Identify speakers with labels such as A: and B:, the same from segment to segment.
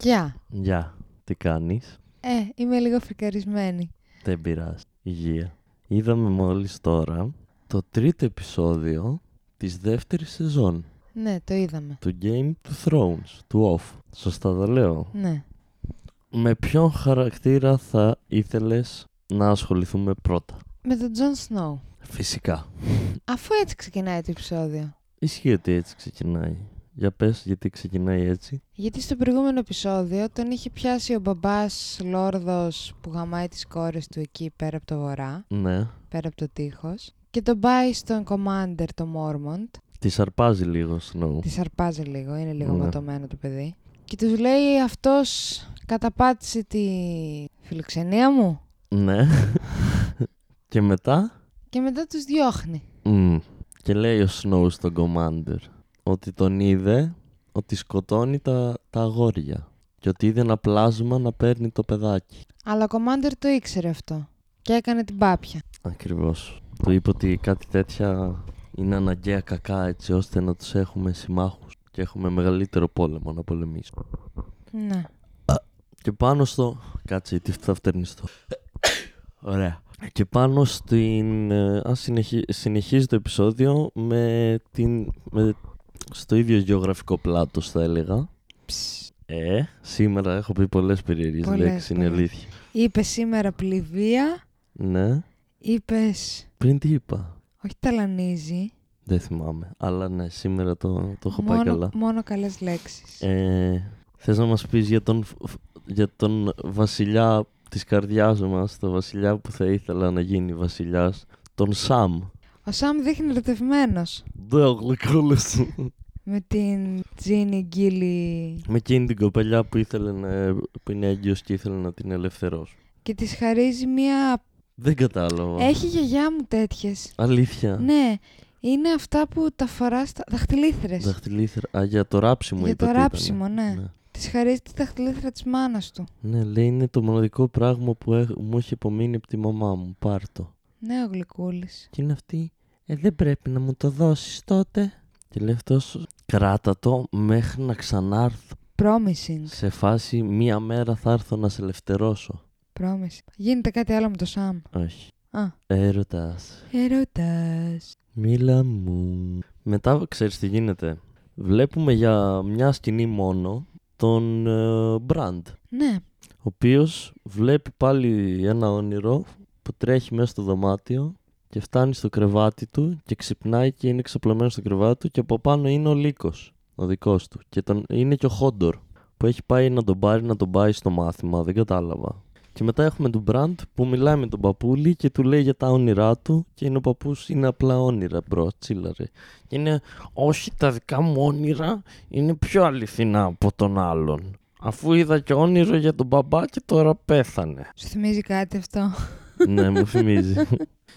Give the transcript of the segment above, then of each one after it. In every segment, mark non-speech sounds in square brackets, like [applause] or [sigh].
A: Γεια.
B: Γεια, τι κάνεις,
A: Ε, είμαι λίγο φρικαρισμένη.
B: δεν πειράζει, υγεία. Είδαμε μόλις τώρα το τρίτο επεισόδιο της δεύτερης σεζόν
A: Ναι, το είδαμε.
B: του Game of Thrones, του Off. Σωστά το λέω.
A: Ναι.
B: Με ποιον χαρακτήρα θα ήθελες να ασχοληθούμε πρώτα.
A: Με τον Τζον Σνόου.
B: Φυσικά.
A: Αφού έτσι ξεκινάει το επεισόδιο.
B: Ισχύει ότι έτσι ξεκινάει. Για πες γιατί ξεκινάει έτσι.
A: Γιατί στο προηγούμενο επεισόδιο τον είχε πιάσει ο μπαμπάς Λόρδος που γαμάει τις κόρες του εκεί πέρα από το βορρά,
B: Ναι.
A: πέρα από το τείχος. Και τον πάει στον Commander, το Mormont.
B: Τη σαρπάζει λίγο Snow.
A: Τη σαρπάζει λίγο, είναι λίγο
B: Ναι.
A: ματωμένο το παιδί. Και τους λέει αυτός καταπάτησε τη φιλοξενία μου.
B: Ναι. Και μετά
A: Και μετά τους διώχνει.
B: Μμμ. Και λέει ο Snow στον Commander ότι τον είδε ότι σκοτώνει τα, τα αγόρια και ότι είδε ένα πλάσμα να παίρνει το παιδάκι.
A: Αλλά ο Commander το ήξερε αυτό. Και έκανε την πάπια.
B: Ακριβώς. Του είπε ότι κάτι τέτοια είναι αναγκαία κακά έτσι ώστε να τους έχουμε συμμάχους και έχουμε μεγαλύτερο πόλεμο να πολεμήσουμε.
A: Ναι.
B: Και πάνω στο... Κάτσε, τι θα φτερνιστώ. Ωραία. Και πάνω στην... ε, Ας συνεχι... συνεχίζει το επεισόδιο με την... Με... Στο ίδιο γεωγραφικό πλάτος θα έλεγα.
A: Ψ.
B: Ε, σήμερα έχω πει πολλές περίεργες
A: Πολλές,
B: λέξεις, είναι
A: πολλές.
B: αλήθεια.
A: Είπες σήμερα πληβία.
B: Ναι.
A: Είπες.
B: Πριν τι είπα.
A: Όχι ταλανίζει.
B: Δεν θυμάμαι. Αλλά ναι, σήμερα το, το έχω πάει
A: μόνο,
B: καλά.
A: μόνο καλές λέξεις.
B: Ε, θες να μας πεις για τον, φ- φ- για τον βασιλιά της καρδιάς μας, τον βασιλιά που θα ήθελα να γίνει βασιλιάς, τον Σαμ.
A: Ο Σαμ δείχνει ερωτευμένος
B: Δεν γλυκούλες.
A: με την Τζίνι Γκίλι
B: Με εκείνη την κοπελιά που, ήθελε να, που είναι έγκυος και ήθελε να την ελευθερώσει.
A: και της χαρίζει μία.
B: Δεν κατάλαβα.
A: Έχει η γιαγιά μου τέτοιες.
B: Αλήθεια.
A: Ναι, είναι αυτά που τα φορά στα δαχτυλίθρες.
B: Δαχτυλίθερα. Α, για το ράψιμο
A: Για
B: είπα
A: το
B: τι ήταν.
A: ράψιμο, ναι. Της χαρίζει τη δαχτυλίθρα της μάνας του.
B: Ναι, λέει είναι το μοναδικό πράγμα που έχ- μου έχει απομείνει από τη μαμά μου. Πάρ' το.
A: Ναι, ο γλυκούλης.
B: Και είναι αυτή. Ε, δεν πρέπει να μου το δώσεις τότε. Και λέει αυτός, κράτα το μέχρι να ξανάρθω.
A: Promising.
B: Σε φάση μία μέρα θα έρθω να σε ελευθερώσω.
A: Promising. Γίνεται κάτι άλλο με το Σαμ.
B: Όχι.
A: Α.
B: Έρωτας.
A: Ερώτας.
B: Μίλα μου. Μετά ξέρεις τι γίνεται. Βλέπουμε για μια σκηνή μόνο τον ε, Μπραντ.
A: Ναι,
B: ο οποίος βλέπει πάλι ένα όνειρο που τρέχει μέσα στο δωμάτιο και φτάνει στο κρεβάτι του και ξυπνάει και είναι ξαπλωμένο στο κρεβάτι του και από πάνω είναι ο Λύκος, ο δικός του. Και τον, είναι και ο Χόντορ που έχει πάει να τον πάρει να τον πάει στο μάθημα, δεν κατάλαβα. Και μετά έχουμε τον Μπραντ που μιλάει με τον παππούλη και του λέει για τα όνειρά του και είναι ο παππούς είναι απλά όνειρα μπρο, τσίλαρε. Και είναι όχι τα δικά μου όνειρα είναι πιο αληθινά από τον άλλον. Αφού είδα και όνειρο για τον μπαμπά και τώρα [laughs] πέθανε.
A: σου θυμίζει κάτι αυτό.
B: ναι, μου θυμίζει.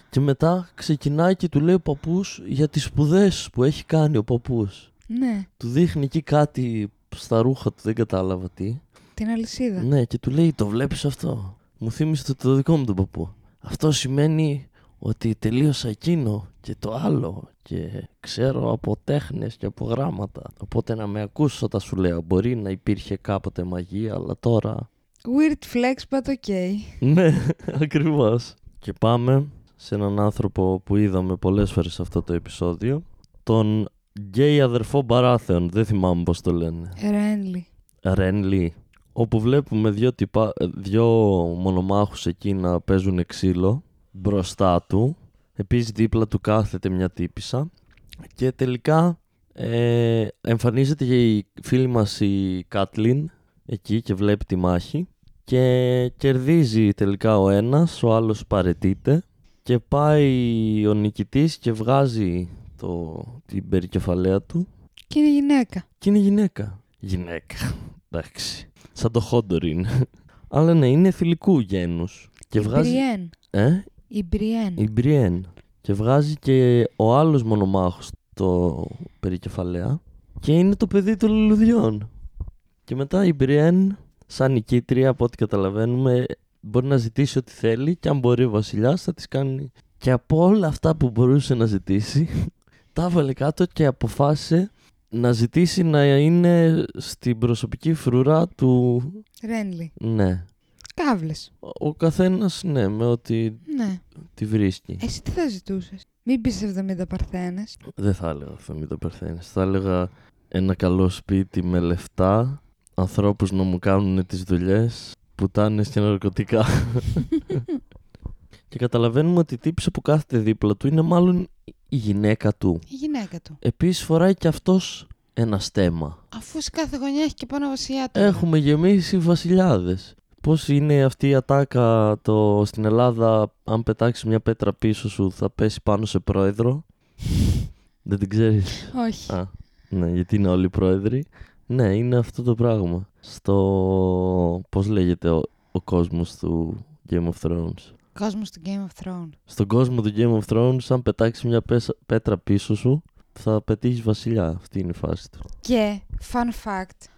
B: και μετά ξεκινάει και του λέει ο παππούς για τις σπουδές που έχει κάνει ο παππούς.
A: ναι,
B: Του δείχνει εκεί κάτι στα ρούχα του, δεν κατάλαβα τι.
A: την αλυσίδα.
B: ναι, και του λέει το βλέπεις αυτό. Μου θύμισε το, το δικό μου τον παππού. Αυτό σημαίνει ότι τελείωσα εκείνο και το άλλο και ξέρω από τέχνες και από γράμματα. Οπότε να με ακούσεις όταν σου λέω. Μπορεί να υπήρχε κάποτε μαγεία, αλλά τώρα
A: Weird flex, but okay.
B: Ναι, [laughs] ακριβώς. Και πάμε σε έναν άνθρωπο που είδαμε πολλές φορές σε αυτό το επεισόδιο. Τον γκέι αδερφό Μπαράθεων. Δεν θυμάμαι πώς το λένε.
A: Ρένλι.
B: Ρένλι. Όπου βλέπουμε δύο, τυπα, δύο μονομάχους εκεί να παίζουν ξύλο μπροστά του. Επίσης δίπλα του κάθεται μια τύπησα. Και τελικά ε, εμφανίζεται και η φίλη μας η Κάτλιν εκεί και βλέπει τη μάχη. Και κερδίζει τελικά ο ένας, ο άλλος παρετείται. Και πάει ο νικητής και βγάζει το, την περικεφαλαία του
A: Και είναι γυναίκα.
B: και είναι γυναίκα. Γυναίκα. Εντάξει. Σαν το χόντορ είναι. Αλλά ναι, είναι θηλυκού γένου. Και
A: η
B: βγάζει.
A: Μπριέν.
B: Ε,
A: Η Μπριέν.
B: η Μπριέν. Και βγάζει και ο άλλος μονομάχος το περικεφαλαία. Και είναι το παιδί των λουλουδιών. Και μετά η Μπριέν, σαν νικήτρια, από ό,τι καταλαβαίνουμε, μπορεί να ζητήσει ό,τι θέλει και αν μπορεί ο βασιλιάς θα της κάνει. [laughs] Και από όλα αυτά που μπορούσε να ζητήσει, τα έβαλε κάτω και αποφάσισε να ζητήσει να είναι στην προσωπική φρουρά του.
A: Ρένλι.
B: Ναι.
A: Κάβλε.
B: Ο καθένας, ναι, με ό,τι
A: Ναι.
B: τη βρίσκει.
A: Εσύ τι θα ζητούσες. Μην πεις 70 παρθένες.
B: Δεν θα έλεγα θα μην το περθαίνει. Θα έλεγα ένα καλό σπίτι με λεφτά, ανθρώπους να μου κάνουν τις δουλειές, πουτάνες και ναρκωτικά. και καταλαβαίνουμε ότι η τύψη που κάθεται δίπλα του είναι μάλλον η γυναίκα του.
A: Η γυναίκα του.
B: Επίσης φοράει και αυτός ένα στέμα.
A: Αφού σε κάθε γωνιά έχει και πάνω βασιλιά του.
B: Έχουμε γεμίσει βασιλιάδες. Πώς είναι αυτή η ατάκα το στην Ελλάδα αν πετάξεις μια πέτρα πίσω σου θα πέσει πάνω σε πρόεδρο. Δεν την ξέρεις.
A: Όχι.
B: Α, ναι, γιατί είναι όλοι πρόεδροι. Ναι, είναι αυτό το πράγμα. Στο. Πώς λέγεται ο, ο κόσμος του Game of Thrones.
A: Κόσμος του Game of Thrones.
B: Στον κόσμο του Game of Thrones, αν πετάξεις μια πέσα- πέτρα πίσω σου, θα πετύχεις βασιλιά. Αυτή είναι η φάση του.
A: Και, fun fact,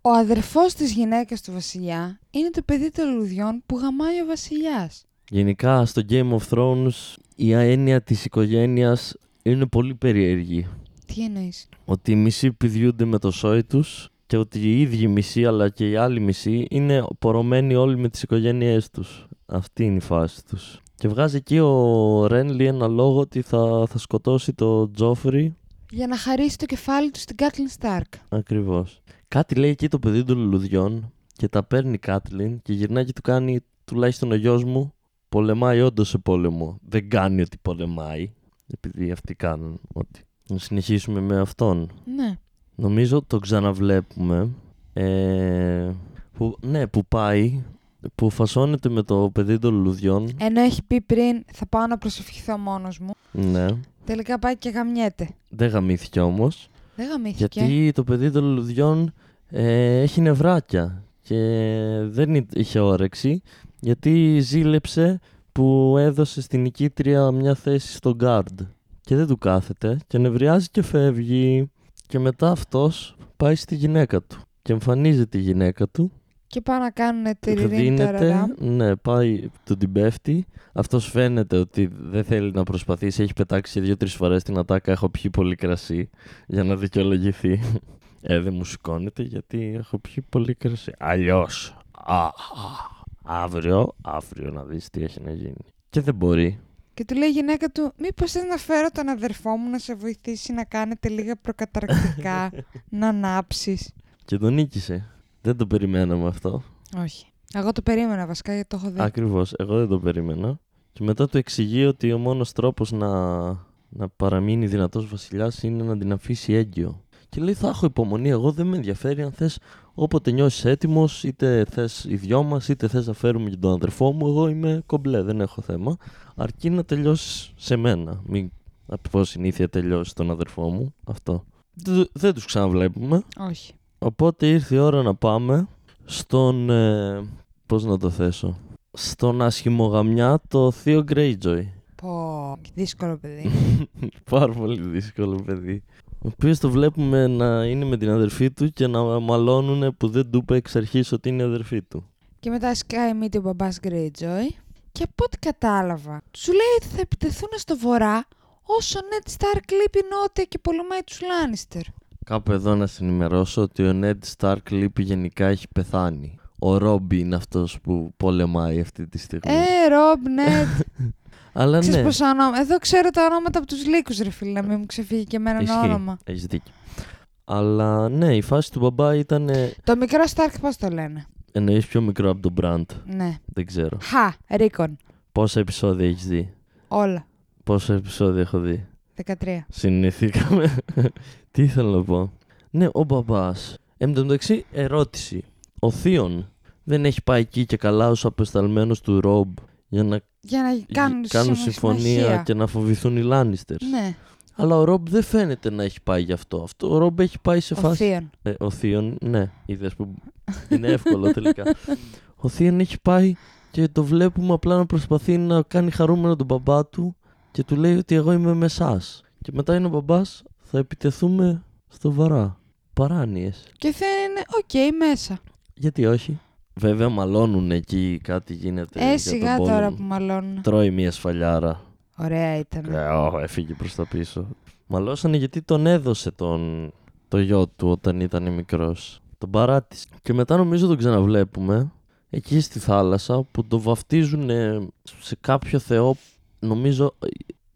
A: ο αδερφός της γυναίκας του βασιλιά είναι το παιδί των λουδιών που γαμάει ο βασιλιάς.
B: Γενικά, στο Game of Thrones, η έννοια της οικογένειας είναι πολύ περίεργη.
A: Τι εννοείς?
B: Ότι οι μισοί πηδιούνται με το σόι τους και ότι οι ίδιοι μισοί αλλά και οι άλλοι μισοί είναι πορωμένοι όλοι με τις οικογένειές τους. Αυτή είναι η φάση τους. Και βγάζει εκεί ο Ρένλι ένα λόγο ότι θα, θα σκοτώσει το Τζόφρι
A: Για να χαρίσει το κεφάλι του στην Κάτλιν Στάρκ.
B: ακριβώς. Κάτι λέει εκεί το παιδί των λουλουδιών και τα παίρνει Κάτλιν και γυρνάει και του κάνει τουλάχιστον ο γιος μου πολεμάει όντως σε πόλεμο. Δεν κάνει ότι πολεμάει. Επειδή αυτοί κάνουν ότι. Να συνεχίσουμε με αυτόν.
A: Ναι.
B: Νομίζω το ξαναβλέπουμε. Ε, που, ναι, που πάει, που φασώνεται με το παιδί των λουλουδιών.
A: Ενώ έχει πει πριν θα πάω να προσευχηθώ μόνος μου,
B: Ναι.
A: τελικά πάει και γαμιέται.
B: Δεν γαμήθηκε όμως.
A: Δεν γαμήθηκε.
B: Γιατί το παιδί των λουλουδιών ε, έχει νευράκια και δεν εί- είχε όρεξη γιατί ζήλεψε που έδωσε στην νικήτρια μια θέση στο guard και δεν του κάθεται και νευριάζει και φεύγει και μετά αυτός πάει στη γυναίκα του και εμφανίζεται η γυναίκα του
A: Και πάω να κάνουν τυριρίν τώρα.
B: Δίνεται, ναι, πάει, του την πέφτει. Αυτός φαίνεται ότι δεν θέλει να προσπαθήσει. Έχει πετάξει δύο-τρει φορές την ατάκα. Έχω πιει πολύ κρασί για να δικαιολογηθεί. [laughs] Ε, δεν μου σηκώνεται γιατί έχω πιει πολύ κρασί. Αλλιώς. Αύριο, αύριο να δεις τι έχει να γίνει. Και δεν μπορεί.
A: Και του λέει η γυναίκα του, μήπως θες να φέρω τον αδερφό μου να σε βοηθήσει να κάνετε λίγα προκαταρκτικά,
B: [laughs]
A: να ανάψεις.
B: Και τον νίκησε. Δεν το περιμέναμε αυτό.
A: Όχι. Εγώ το περίμενα βασικά γιατί το έχω δει.
B: Ακριβώς. Εγώ δεν το περίμενα. Και μετά του εξηγεί ότι ο μόνος τρόπος να, να παραμείνει δυνατός βασιλιάς είναι να την αφήσει έγκυο. Και λέει: Θα έχω υπομονή. Εγώ δεν με ενδιαφέρει αν θες όποτε νιώσεις έτοιμος, είτε θες οι δυο μας, είτε θες να φέρουμε και τον αδερφό μου. Εγώ είμαι κομπλέ, δεν έχω θέμα. Αρκεί να τελειώσεις σε μένα. Μην από συνήθεια τελειώσεις τον αδερφό μου. Αυτό. Δεν- Δεν τους ξαναβλέπουμε.
A: Όχι.
B: Οπότε ήρθε η ώρα να πάμε στον... Ε, πώς να το θέσω... Στον ασχημογαμιά το Θείο
A: [laughs]
B: Greyjoy.
A: Πω, δύσκολο παιδί.
B: Πάρα πολύ δύσκολο παιδί. Ο οποίος το βλέπουμε να είναι με την αδερφή του και να μαλώνουν που δεν του είπε εξ αρχής ότι είναι η αδερφή του.
A: και μετά σκάει μύτη ο μπαμπάς Greyjoy και από ό,τι κατάλαβα, σου λέει ότι θα επιτεθούν στο βορρά όσο Ned Stark λείπει νότια και πολεμάει τους Lannister.
B: Κάπου εδώ να σε ενημερώσω ότι ο Ned Stark λείπει γενικά έχει πεθάνει. Ο Ρόμπι είναι αυτός που πολεμάει αυτή τη στιγμή.
A: Ε, Rob, Ned,
B: Αλλά
A: ξέρεις
B: ναι.
A: πόσα ονόματα. Εδώ ξέρω τα ονόματα από τους λύκους ρε φίλε, να μην μου ξεφύγει και εμένα ένα όνομα.
B: Έχεις δίκιο. Αλλά ναι, η φάση του μπαμπά ήταν.
A: Το μικρό Stark πώς το λένε.
B: Εννοείς πιο μικρό από τον Brand.
A: Ναι.
B: Δεν ξέρω.
A: Χα, Ρίκον.
B: Πόσα επεισόδια έχεις δει.
A: Όλα.
B: Πόσα επεισόδια έχω δει.
A: 13.
B: Συνηθήκαμε. [laughs] Τι ήθελα να πω. Ναι, ο μπαμπάς. Εν τω μεταξύ, ερώτηση. Ο Θείον δεν έχει πάει εκεί και καλά ως απεσταλμένος του Ρομπ για να
A: Για να κάνουν,
B: κάνουν συμφωνία
A: συμφωνία.
B: και να φοβηθούν οι Λάνιστερ.
A: Ναι,
B: Αλλά ο Ρομπ δεν φαίνεται να έχει πάει γι' αυτό. αυτό ο Ρομπ έχει πάει σε
A: ο
B: φάση.
A: Θείον.
B: Ε, ο Θείον, ναι, είδες που είναι εύκολο τελικά. ο Θείον έχει πάει και το βλέπουμε απλά να προσπαθεί να κάνει χαρούμενο τον μπαμπά του και του λέει ότι εγώ είμαι με εσά. Και μετά είναι ο μπαμπάς, θα επιτεθούμε στο βαρά. Παράνοιες.
A: Και θα είναι οκ μέσα.
B: Γιατί όχι. Βέβαια, μαλώνουν εκεί, κάτι γίνεται.
A: Ε,
B: για
A: σιγά
B: τον πόλεμο.
A: τώρα που μαλώνουν.
B: Τρώει μια σφαλιάρα.
A: Ωραία ήταν.
B: Ναι, Ε, ω, έφυγε προς τα πίσω. Μαλώσανε γιατί τον έδωσε τον το γιο του όταν ήταν μικρός. Τον παράτησε. Και μετά νομίζω τον ξαναβλέπουμε εκεί στη θάλασσα που το βαφτίζουν ε, σε κάποιο θεό. Νομίζω ε,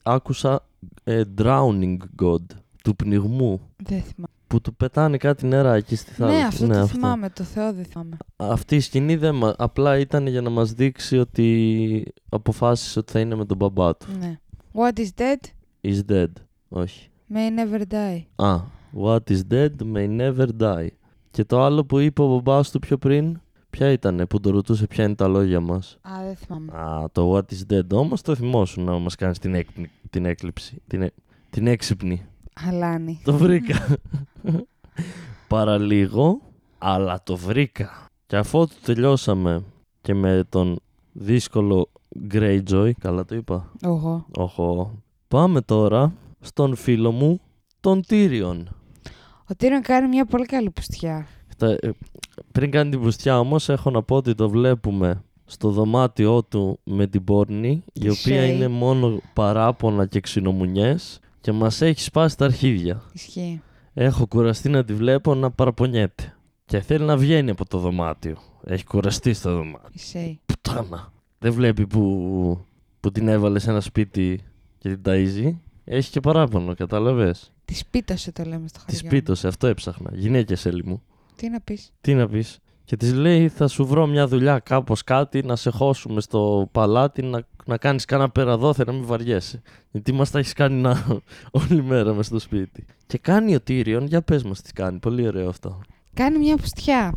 B: άκουσα ε, drowning god του πνιγμού
A: Δεν θυμάμαι.
B: που του πετάνε κάτι νερά εκεί στη θάλασσα.
A: Ναι, αυτό το θυμάμαι. Το Θεό δεν θυμάμαι.
B: Αυτή η σκηνή δεν μα... απλά ήταν για να μας δείξει ότι αποφάσισε ότι θα είναι με τον μπαμπά του.
A: Ναι. What is dead
B: Is dead. Όχι.
A: may never die.
B: Α, what is dead may never die. Και το άλλο που είπε ο μπαμπάς του πιο πριν, ποια ήτανε που το ρωτούσε ποια είναι τα λόγια μας.
A: Α, δεν θυμάμαι.
B: Α, το what is dead όμως το θυμόσουν να μας κάνεις την, έκπνη- την έκλειψη, την, ε- την έξυπνη.
A: Αλάνι.
B: Το βρήκα. Παραλίγο, αλλά το βρήκα. Και αφότου τελειώσαμε και με τον δύσκολο Greyjoy, καλά το είπα.
A: Εγώ.
B: Οχο. Πάμε τώρα στον φίλο μου, τον Tyrion.
A: Ο Τύρον κάνει μια πολύ καλή πουστιά.
B: Τα- ε, Πριν κάνει την πουστιά όμως έχω να πω ότι το βλέπουμε στο δωμάτιό του με την πόρνη η οποία
A: Shay.
B: είναι μόνο παράπονα και ξινομουνιές και μας έχει σπάσει τα αρχίδια.
A: Ισχύει.
B: Έχω κουραστεί να τη βλέπω να παραπονιέται. Και θέλει να βγαίνει από το δωμάτιο. Έχει κουραστεί στο δωμάτιο.
A: Ισέι.
B: Πουτάνα. Δεν βλέπει που, που την έβαλε σε ένα σπίτι και την ταΐζει. Έχει και παράπονο, κατάλαβες.
A: Τη πίτωσε το λέμε στο χωριό.
B: Τη
A: μου.
B: πίτωσε, αυτό έψαχνα. Γυναίκες, Έλλη μου.
A: Τι να πεις.
B: Τι να πεις. Και της λέει: Θα σου βρω μια δουλειά, κάπως κάτι, να σε χώσουμε στο παλάτι, να, να κάνεις κάνα περαδόθε, να μην βαριέσαι. Γιατί μας τα έχεις κάνει να, [laughs] όλη μέρα μες στο σπίτι. Και κάνει ο Τύριον, για πες μας τι κάνει. Πολύ ωραίο αυτό.
A: Κάνει μια πουστιά.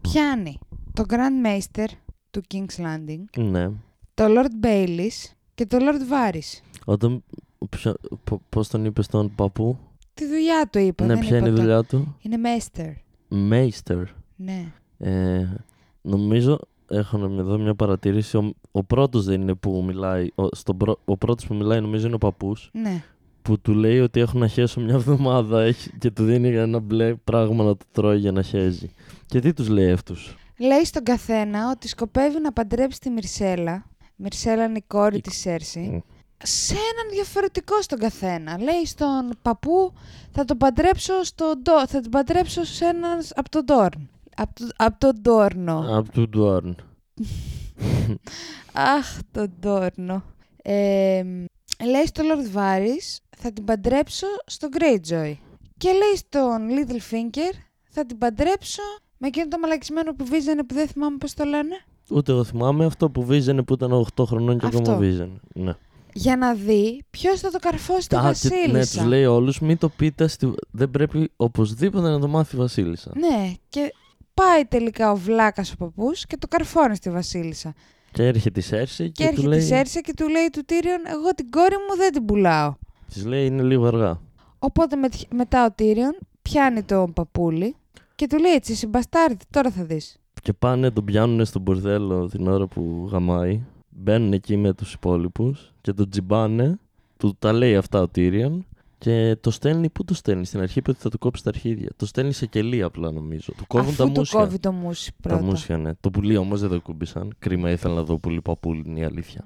A: Πιάνει τον Grand Master του King's Landing,
B: Ναι.
A: τον Lord Baelish και τον Lord Varys.
B: Όταν. Πώς τον είπες τον παππού,
A: Τη δουλειά του είπα.
B: Ναι,
A: δεν
B: ποια
A: είπα
B: είναι η
A: το-
B: δουλειά του.
A: Είναι Master.
B: Μέιστερ.
A: Ναι.
B: Ε, νομίζω έχω να- εδώ μια παρατήρηση. Ο, ο πρώτος δεν είναι που μιλάει. Ο, στον πρω- ο πρώτος που μιλάει νομίζω είναι ο παππούς.
A: Ναι.
B: Που του λέει ότι έχω να χέσω μια εβδομάδα έχει, και του δίνει ένα μπλε πράγμα να το τρώει για να χέζει. Και τι τους λέει αυτούς.
A: Λέει στον καθένα ότι σκοπεύει να παντρέψει τη Μυρσέλα. Μυρσέλα είναι η κόρη της Σέρση. Σε έναν διαφορετικό στον καθένα. Λέει στον παππού θα τον παντρέψω, στο, Ντο- θα τον παντρέψω σε έναν από τον Ντόρν. Από το, απ' τον Ντόρνο.
B: Από του Ντουάρν.
A: Αχ, τον Ντόρνο. Ε, λέει στο Λόρδ Βάρης θα την παντρέψω στον Greyjoy. Και λέει στον Littlefinger θα την παντρέψω με εκείνο το μαλακισμένο που βίζανε που δεν θυμάμαι πώς το λένε.
B: Ούτε εγώ θυμάμαι αυτό που βίζανε που ήταν 8 χρονών και ακόμα
A: Αυτό.
B: βίζανε. Ναι.
A: για να δει ποιος θα το καρφώσει τη
B: Α, και- ναι,
A: Βασίλισσα.
B: τους λέει όλους, μην το πείτε. Στη... Δεν πρέπει οπωσδήποτε να το μάθει η Βασίλισσα.
A: Ναι, και πάει τελικά ο βλάκας ο παππούς και το καρφώνει στη Βασίλισσα.
B: Και έρχεται η Σέρση και,
A: Και,
B: του
A: έρχεται
B: λέει.
A: η Σέρσα και του λέει του Τύριον: Εγώ την κόρη μου δεν την πουλάω.
B: Της λέει είναι λίγο αργά.
A: Οπότε με, μετά ο Τύριον πιάνει τον παππούλι και του λέει: Έτσι, εσύ μπαστάρδι, τώρα θα δεις.
B: Και πάνε, τον πιάνουν στο μπουρδέλο την ώρα που γαμάει. Μπαίνουν εκεί με τους υπόλοιπους και τον τζιμπάνε. Του τα λέει αυτά ο Tyrion. Και το στέλνει, πού το στέλνει, στην αρχή είπε ότι θα του κόψει τα αρχίδια. Το στέλνει σε κελί απλά νομίζω. Του κόβουν
A: Αφού
B: τα
A: του
B: μουσια.
A: κόβει το μουσι
B: τα
A: πρώτα.
B: μουσια, ναι. Το πουλί όμως δεν το κούμπησαν. Κρίμα, ήθελα να δω πουλί παππούλι, είναι η αλήθεια.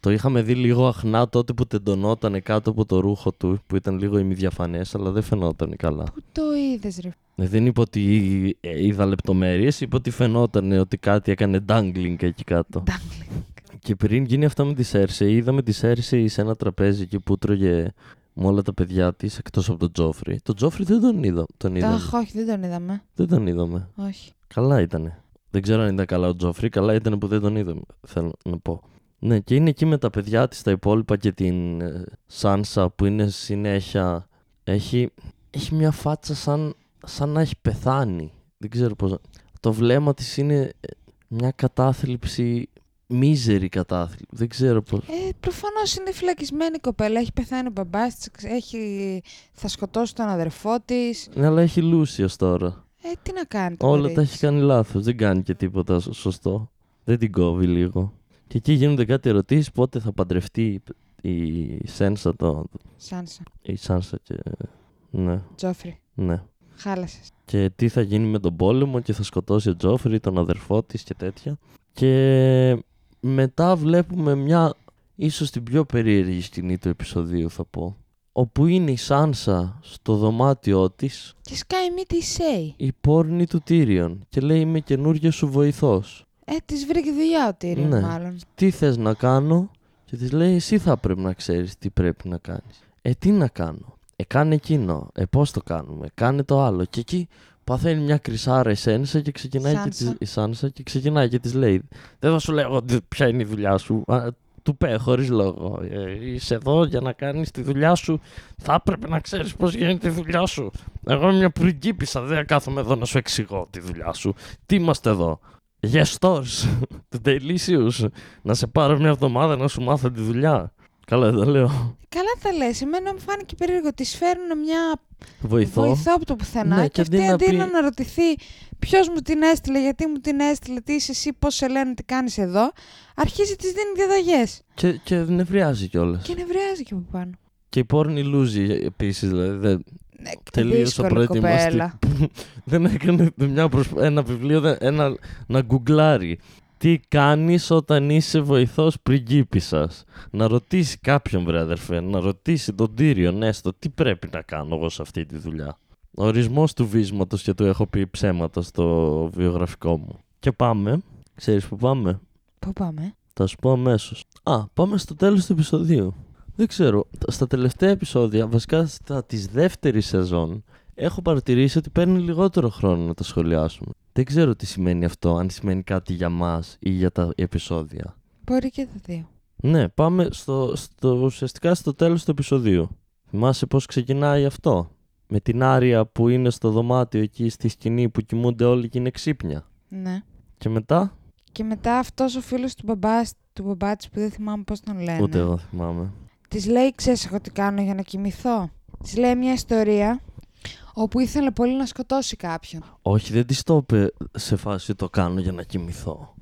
B: το είχαμε δει λίγο αχνά τότε που τεντωνόταν κάτω από το ρούχο του, που ήταν λίγο ημιδιαφανές, αλλά δεν φαινόταν καλά.
A: Πού το είδες, ρε.
B: Ναι, Δεν είπα ότι ε, είδα λεπτομέρειες, είπα ότι φαινόταν ότι κάτι έκανε dangling εκεί κάτω.
A: Ντάγκλινγκ.
B: Και πριν γίνει αυτά με τη Σέρση, είδαμε τη Σέρση σε ένα τραπέζι εκεί που τρώγε με όλα τα παιδιά της εκτός από τον Τζόφρι. Τον Τζόφρι δεν τον είδα. Τον είδαμε.
A: Αχ, όχι, δεν τον είδαμε.
B: Δεν τον είδαμε.
A: Όχι.
B: Καλά ήταν. Δεν ξέρω αν ήταν καλά ο Τζόφρι. Καλά ήταν που δεν τον είδαμε. Θέλω να πω. Ναι, και είναι εκεί με τα παιδιά της, τα υπόλοιπα και την ε, Σάνσα που είναι συνέχεια. Έχει, έχει μια φάτσα σαν, σαν να έχει πεθάνει. Δεν ξέρω πώς. να- Το βλέμμα της είναι ε, μια κατάθλιψη, μίζερη κατάθλιψη. Δεν ξέρω πώς.
A: Ε, Προφανώς είναι φυλακισμένη η κοπέλα. Έχει πεθάνει ο μπαμπάς της, έχει... θα σκοτώσει τον αδερφό της.
B: Ναι, αλλά έχει λούσιος τώρα.
A: Ε, τι να κάνει. το
B: Όλα
A: παιδί
B: τα
A: της.
B: έχει κάνει λάθος. Δεν κάνει και τίποτα σω- σωστό. Δεν την κόβει λίγο. Και εκεί γίνονται κάτι ερωτήσεις πότε θα παντρευτεί η η Σένσα το.
A: Σάνσα,
B: Η Σάνσα και. Ναι,
A: Τζόφρι,
B: ναι.
A: χάλασες.
B: Και τι θα γίνει με τον πόλεμο και θα σκοτώσει ο Τζόφρι, τον αδερφό της και τέτοια. Και μετά βλέπουμε μια ίσως την πιο περίεργη σκηνή του επεισοδίου θα πω. όπου είναι η Σάνσα στο δωμάτιό της
A: Και σκάει μύτη η Σέι.
B: η πόρνη του Τύριον και λέει είμαι καινούργιος σου βοηθός.
A: Ε, της βρήκε δουλειά ο Τύριον,
B: Ναι.
A: μάλλον.
B: Τι θες να κάνω και της λέει εσύ θα πρέπει να ξέρεις τι πρέπει να κάνεις. Ε τι να κάνω, ε κάνε εκείνο, ε πώς το κάνουμε, κάνε το άλλο και εκεί παθαίνει μια κρυσάρα η Σένσα και ξεκινάει και
A: Σάνσα.
B: της, η Σάνσα και ξεκινάει και της λέει δεν θα σου λέω τι- ποια είναι η δουλειά σου, α, του πέ χωρίς λόγο, ε, είσαι εδώ για να κάνεις τη δουλειά σου, θα έπρεπε να ξέρεις πώς γίνεται η δουλειά σου. Εγώ είμαι μια πριγκίπισσα, δεν κάθομαι εδώ να σου εξηγώ τη δουλειά σου. Τι είμαστε εδώ. Γεστός [laughs] του Delicious. Να σε πάρω μια εβδομάδα να σου μάθω τη δουλειά. Καλά, δεν τα λέω.
A: Καλά θα λες. Εμένα μου φάνηκε περίεργο. Τη φέρνουν μια
B: Βοηθώ.
A: βοηθό από το πουθενά
B: Ναι,
A: και
B: και αντί
A: αυτή
B: να
A: αντί
B: πει-
A: να αναρωτηθεί ποιος μου την έστειλε, γιατί μου την έστειλε, τι είσαι εσύ, πώς σε λένε, τι κάνεις εδώ, αρχίζει της δίνει διαταγές.
B: Και, και νευριάζει κιόλας. Και...
A: Και νευριάζει και από πάνω.
B: η πόρνη λούζει επίσης. Δηλαδή, δεν,
A: Ναι,
B: Τελείως
A: δύσκολη
B: απροετοιμαστή.
A: κοπέλα.
B: δεν έκανε μια προσπά... ένα βιβλίο δεν- ένα, να γκουγκλάρει. Τι κάνεις όταν είσαι βοηθός πριγκίπισσα. Να ρωτήσει κάποιον, βρε αδερφέ, να ρωτήσει τον Τύριον έστω τι πρέπει να κάνω εγώ σε αυτή τη δουλειά. Ορισμός του βίσματος και του έχω πει ψέματα στο βιογραφικό μου. Και πάμε. Ξέρεις που πάμε.
A: Πού πάμε.
B: Θα σου πω αμέσως. Α, πάμε στο τέλος του επεισοδίου. Δεν ξέρω. Στα τελευταία επεισόδια, βασικά στα της δεύτερης σεζόν, έχω παρατηρήσει ότι παίρνει λιγότερο χρόνο να τα σχολιάσουμε. Δεν ξέρω τι σημαίνει αυτό, αν σημαίνει κάτι για μας ή για τα επεισόδια.
A: Μπορεί και τα δύο.
B: Ναι, πάμε στο, στο, ουσιαστικά στο τέλος του επεισοδίου. Θυμάσαι πώς ξεκινάει αυτό. Με την Άρια που είναι στο δωμάτιο εκεί στη σκηνή που κοιμούνται όλοι και είναι ξύπνια.
A: Ναι.
B: Και μετά,
A: Και μετά αυτός ο φίλος του μπαμπά του μπαμπά της που δεν θυμάμαι πώς τον λένε.
B: ούτε εγώ θυμάμαι.
A: Της λέει, ξέρεις εγώ τι κάνω για να κοιμηθώ. Της λέει μια ιστορία όπου ήθελε πολύ να σκοτώσει κάποιον.
B: Όχι, δεν της το είπε σε φάση το κάνω για να κοιμηθώ.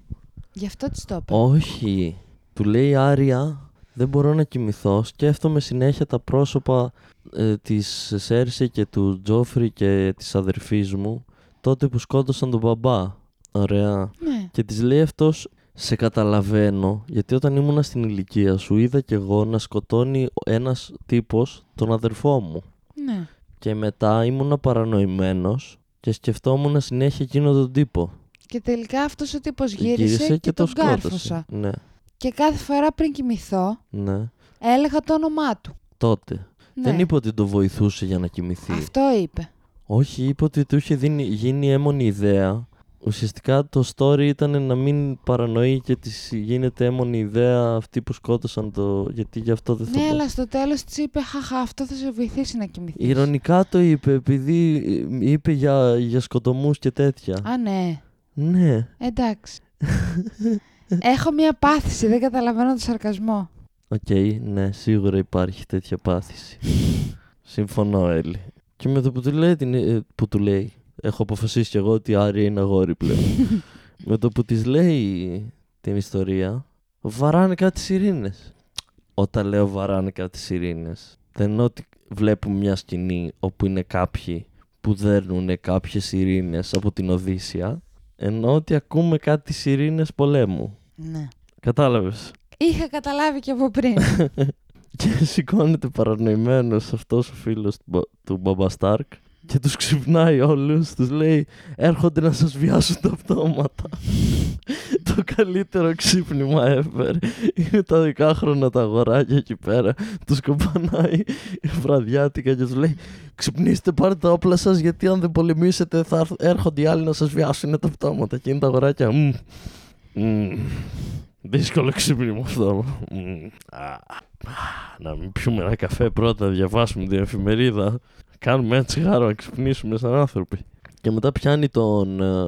A: Γι' αυτό της το είπε.
B: Όχι. Του λέει Άρια, δεν μπορώ να κοιμηθώ. Σκέφτομαι συνέχεια τα πρόσωπα ε, της Σέρση και του Τζόφρι και της αδερφής μου τότε που σκότωσαν τον μπαμπά. Ωραία.
A: Ναι.
B: Και της λέει αυτός, σε καταλαβαίνω, γιατί όταν ήμουνα στην ηλικία σου είδα κι εγώ να σκοτώνει ένας τύπος τον αδερφό μου.
A: ναι.
B: Και μετά ήμουνα παρανοημένος και σκεφτόμουν συνέχεια εκείνο τον τύπο.
A: Και τελικά αυτός ο τύπος γύρισε, και, τον κάρφωσα.
B: Ναι,
A: Και κάθε φορά πριν κοιμηθώ,
B: ναι.
A: έλεγα το όνομά του.
B: Τότε.
A: Ναι.
B: Δεν είπε ότι το βοηθούσε για να κοιμηθεί.
A: Αυτό είπε.
B: Όχι, είπε ότι του είχε δίνει, γίνει έμονη ιδέα. Ουσιαστικά το story ήταν να μην παρανοεί και της γίνεται έμονη ιδέα αυτοί που σκότωσαν το. Γιατί γι' αυτό δεν θα
A: Ναι,
B: πω.
A: αλλά στο τέλος της είπε: Χαχά, αυτό θα σε βοηθήσει να κοιμηθείς.
B: Ηρωνικά το είπε, επειδή ε, είπε για, για σκοτωμούς και τέτοια.
A: Α, ναι.
B: Ναι.
A: Εντάξει. [laughs] Έχω μία πάθηση, δεν καταλαβαίνω το σαρκασμό.
B: Οκ, ναι, σίγουρα υπάρχει τέτοια πάθηση. Συμφωνώ, Έλλη. Και με το που του λέει, την, ε, που του λέει έχω αποφασίσει κι εγώ ότι η Άρια είναι αγόρι πλέον. με το που της λέει την ιστορία, βαράνε κάτι σιρήνες. Όταν λέω βαράνε κάτι σιρήνες, δεν εννοώ ότι βλέπουμε μια σκηνή όπου είναι κάποιοι που δέρνουν κάποιες σιρήνες από την Οδύσσια, εννοώ ότι ακούμε κάτι σιρήνες πολέμου.
A: Ναι.
B: Κατάλαβες.
A: Είχα καταλάβει και από
B: [laughs]
A: πριν.
B: Και σηκώνεται παρανοημένος αυτός ο φίλος του, μπα, του Μπαμπα Στάρκ και τους ξυπνάει όλους, τους λέει έρχονται να σας βιάσουν τα πτώματα. [laughs] το καλύτερο ξύπνημα ever είναι τα δεκάχρονα τα αγοράκια εκεί πέρα. Τους κοπανάει βραδιάτικα και τους λέει ξυπνήστε πάρτε τα όπλα σας γιατί αν δεν πολεμήσετε θα έρθ- έρχονται οι άλλοι να σας βιάσουν τα πτώματα. Και είναι τα αγοράκια. «Μμ, μμ, Δύσκολο ξύπνημα αυτό. Μμ, α, να μην πιούμε ένα καφέ πρώτα, να διαβάσουμε την εφημερίδα. Κάνουμε ένα τσιγάρο, να ξυπνήσουμε σαν άνθρωποι. Και μετά πιάνει τον, ε,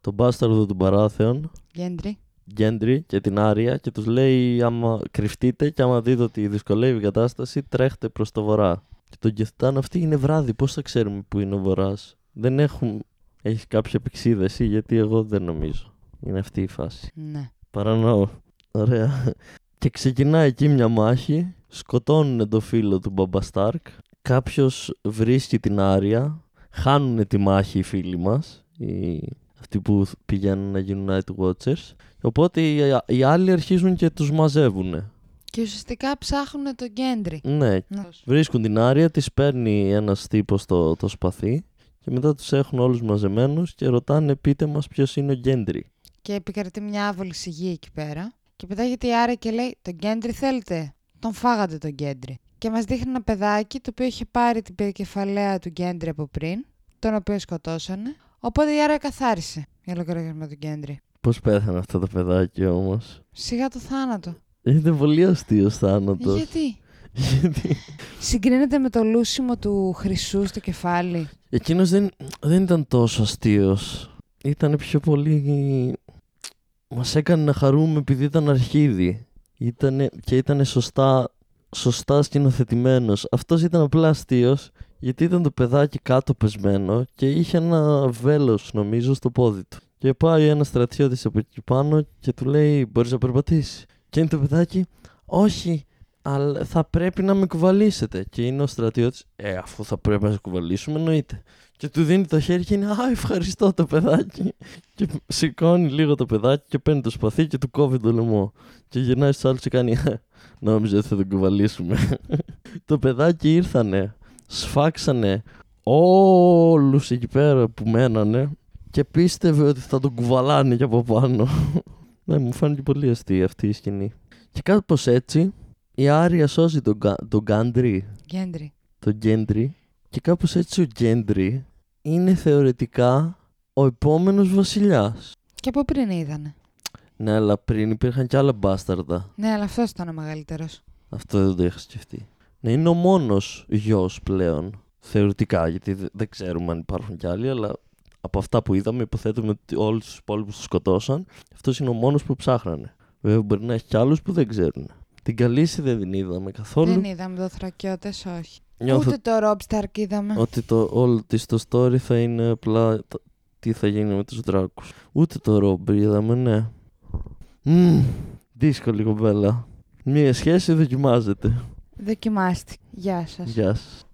B: τον μπάσταρδο των παράθεων,
A: Γκέντρι.
B: Γκέντρι και την Άρια και τους λέει άμα κρυφτείτε και άμα δείτε ότι δυσκολεύει η κατάσταση τρέχτε προς το βορρά. Και τον κεφτάν αυτή είναι βράδυ, πώς θα ξέρουμε που είναι ο βορράς. Δεν έχουν... Έχεις κάποια επεξίδα εσύ γιατί εγώ δεν νομίζω. Είναι αυτή η φάση.
A: Ναι.
B: Παρανοώ. Ωραία. Και ξεκινάει εκεί μια μάχη. Σκοτώνουν τον φίλο του Μπαμπα Στάρκ. Κάποιος βρίσκει την Άρια. Χάνουν τη μάχη οι φίλοι μας. Οι... Αυτοί που πηγαίνουν να γίνουν Night Watchers. Οπότε οι, οι άλλοι αρχίζουν και τους μαζεύουν.
A: Και, Και ουσιαστικά ψάχνουν τον Κέντρι.
B: Ναι,
A: Να-
B: βρίσκουν την Άρια, της παίρνει ένας τύπος το, το σπαθί και μετά τους έχουν όλους μαζεμένους και ρωτάνε πείτε μας ποιος είναι ο Γκέντρι.
A: Και επικρατεί μια άβολη σιγή εκεί πέρα. Και πετάγεται η Άρα και λέει: Τον Κέντρι θέλετε. Τον φάγατε τον Κέντρι. Και μας δείχνει ένα παιδάκι το οποίο είχε πάρει την περικεφαλαία του Κέντρι από πριν, τον οποίο σκοτώσανε. Οπότε η Άρα καθάρισε για λογαριασμό του Κέντρι.
B: Πώς πέθανε αυτό το παιδάκι όμως.
A: Σιγά το θάνατο. Ε,
B: Ήταν πολύ αστείο θάνατος.
A: Γιατί.
B: Γιατί.
A: Συγκρίνεται με το λούσιμο του χρυσού στο κεφάλι.
B: Εκείνος δεν, δεν ήταν τόσο αστείος. Ήταν πιο πολύ. Μας έκανε να χαρούμε επειδή ήταν αρχίδι. Ήτανε, και ήταν σωστά, σωστά σκηνοθετημένος. Αυτός ήταν απλά αστείος γιατί ήταν το παιδάκι κάτω πεσμένο και είχε ένα βέλος, νομίζω, στο πόδι του. Και πάει ένα στρατιώτης από εκεί πάνω και του λέει: Μπορείς να περπατήσεις. Και είναι το παιδάκι, Όχι, αλλά θα πρέπει να με κουβαλήσετε. Και είναι ο στρατιώτης, Ε, αφού θα πρέπει να σε κουβαλήσουμε, εννοείται. Και του δίνει το χέρι και είναι, Α, ευχαριστώ το παιδάκι. Και σηκώνει λίγο το παιδάκι και παίρνει το σπαθί και του κόβει το λαιμό. Και γυρνάει στου άλλου και κάνει, «Ε, Νόμιζα ότι θα τον κουβαλήσουμε. το παιδάκι ήρθανε, σφάξανε όλους εκεί πέρα που μένανε και πίστευε ότι θα τον κουβαλάνε και από πάνω. ναι, μου φάνηκε πολύ αστεία αυτή η σκηνή. Και κάπως έτσι η Άρια σώζει τον, Κα- τον Γκάντρι,
A: Κέντρι.
B: τον Γκέντρι και κάπως έτσι ο Γκέντρι είναι θεωρητικά ο επόμενος βασιλιάς.
A: Και από πριν είδανε.
B: Ναι, αλλά πριν υπήρχαν και άλλα μπάσταρδα.
A: Ναι, αλλά αυτός ήταν ο μεγαλύτερος.
B: Αυτό δεν το είχα σκεφτεί. Ναι, είναι ο μόνος γιος πλέον, θεωρητικά, γιατί δε- δεν ξέρουμε αν υπάρχουν κι άλλοι, αλλά από αυτά που είδαμε υποθέτουμε ότι όλους τους υπόλοιπους τους σκοτώσαν. Αυτός είναι ο μόνος που ψάχνανε. Βέβαια μπορεί να έχει κι άλλους που δεν ξέρουν. Την Καλύση δεν την είδαμε καθόλου.
A: Δεν είδαμε το θρακιώτες, όχι.
B: Νιώθω
A: Ούτε το Ρόμπσταρκ είδαμε.
B: Ότι το όλο της το story θα είναι απλά το- τι θα γίνει με τους δράκους. Ούτε το Ρόμπ είδαμε, ναι. Μμμ, δύσκολη κοπέλα. Μία σχέση δοκιμάζεται.
A: Δοκιμάστηκε. Γεια σας.
B: Γεια σας.